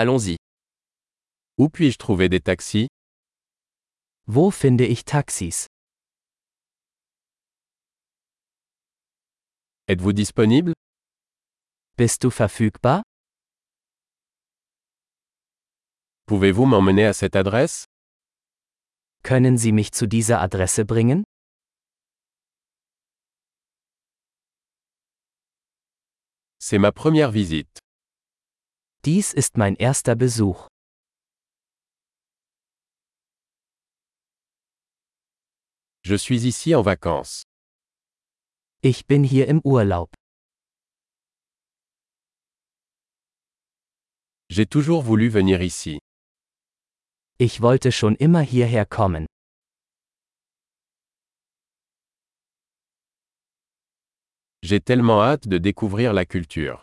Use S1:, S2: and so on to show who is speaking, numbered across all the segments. S1: Allons-y. Où puis-je trouver des taxis
S2: Wo finde ich Taxis?
S1: Êtes-vous disponible
S2: Bist du verfügbar?
S1: Pouvez-vous m'emmener à cette adresse
S2: Können Sie mich zu dieser Adresse bringen?
S1: C'est ma première visite.
S2: Dies ist mein erster Besuch.
S1: Je suis ici en vacances.
S2: Ich bin hier im Urlaub.
S1: J'ai toujours voulu venir ici.
S2: Ich wollte schon immer hierher kommen.
S1: J'ai tellement hâte de découvrir la culture.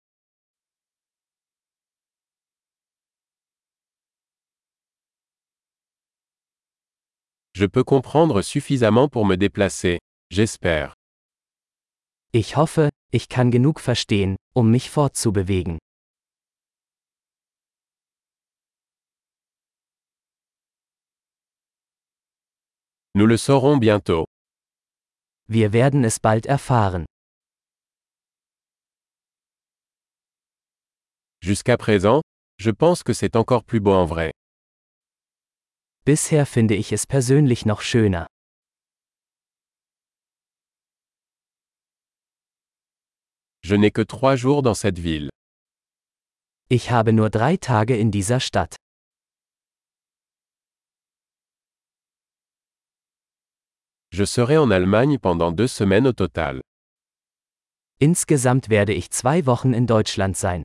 S1: Je peux comprendre suffisamment pour me déplacer, j'espère.
S2: Ich hoffe, ich kann genug verstehen, um mich fortzubewegen.
S1: Nous le saurons bientôt.
S2: Wir werden es bald erfahren.
S1: Jusqu'à présent, je pense que c'est encore plus beau en vrai.
S2: Bisher finde ich es persönlich noch schöner.
S1: Je n'ai que trois jours dans cette ville.
S2: Ich habe nur drei Tage in dieser Stadt.
S1: Je serai en Allemagne pendant deux semaines au total.
S2: Insgesamt werde ich zwei Wochen in Deutschland sein.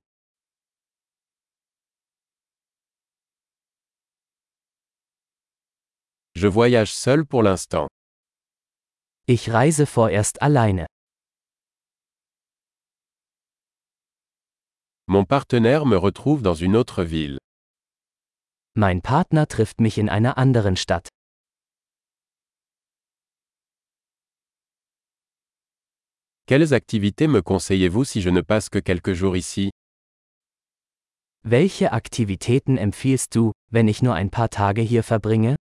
S1: Je voyage seul pour l'instant.
S2: Ich reise vorerst alleine.
S1: Mon partenaire me retrouve dans une autre ville.
S2: Mein Partner trifft mich in einer anderen Stadt.
S1: Quelles activités me conseillez-vous si je ne passe que quelques jours ici
S2: Welche Aktivitäten empfiehlst du, wenn ich nur ein paar Tage hier verbringe?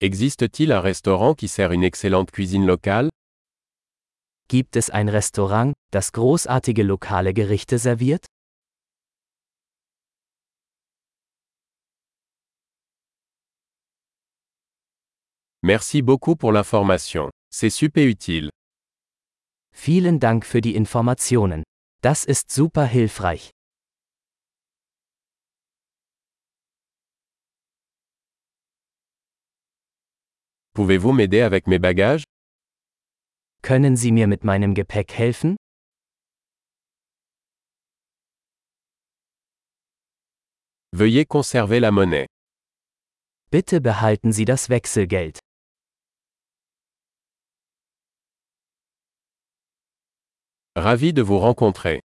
S1: Existe-t-il un restaurant qui sert une excellente cuisine locale
S2: Gibt es ein Restaurant, das großartige lokale Gerichte serviert?
S1: Merci beaucoup pour l'information. C'est super utile.
S2: Vielen Dank für die Informationen. Das ist super hilfreich.
S1: Pouvez-vous m'aider avec mes bagages
S2: Können Sie mir mit meinem Gepäck helfen?
S1: Veuillez conserver la monnaie.
S2: Bitte behalten Sie das Wechselgeld.
S1: Ravi de vous rencontrer.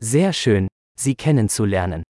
S2: Sehr schön, Sie kennenzulernen.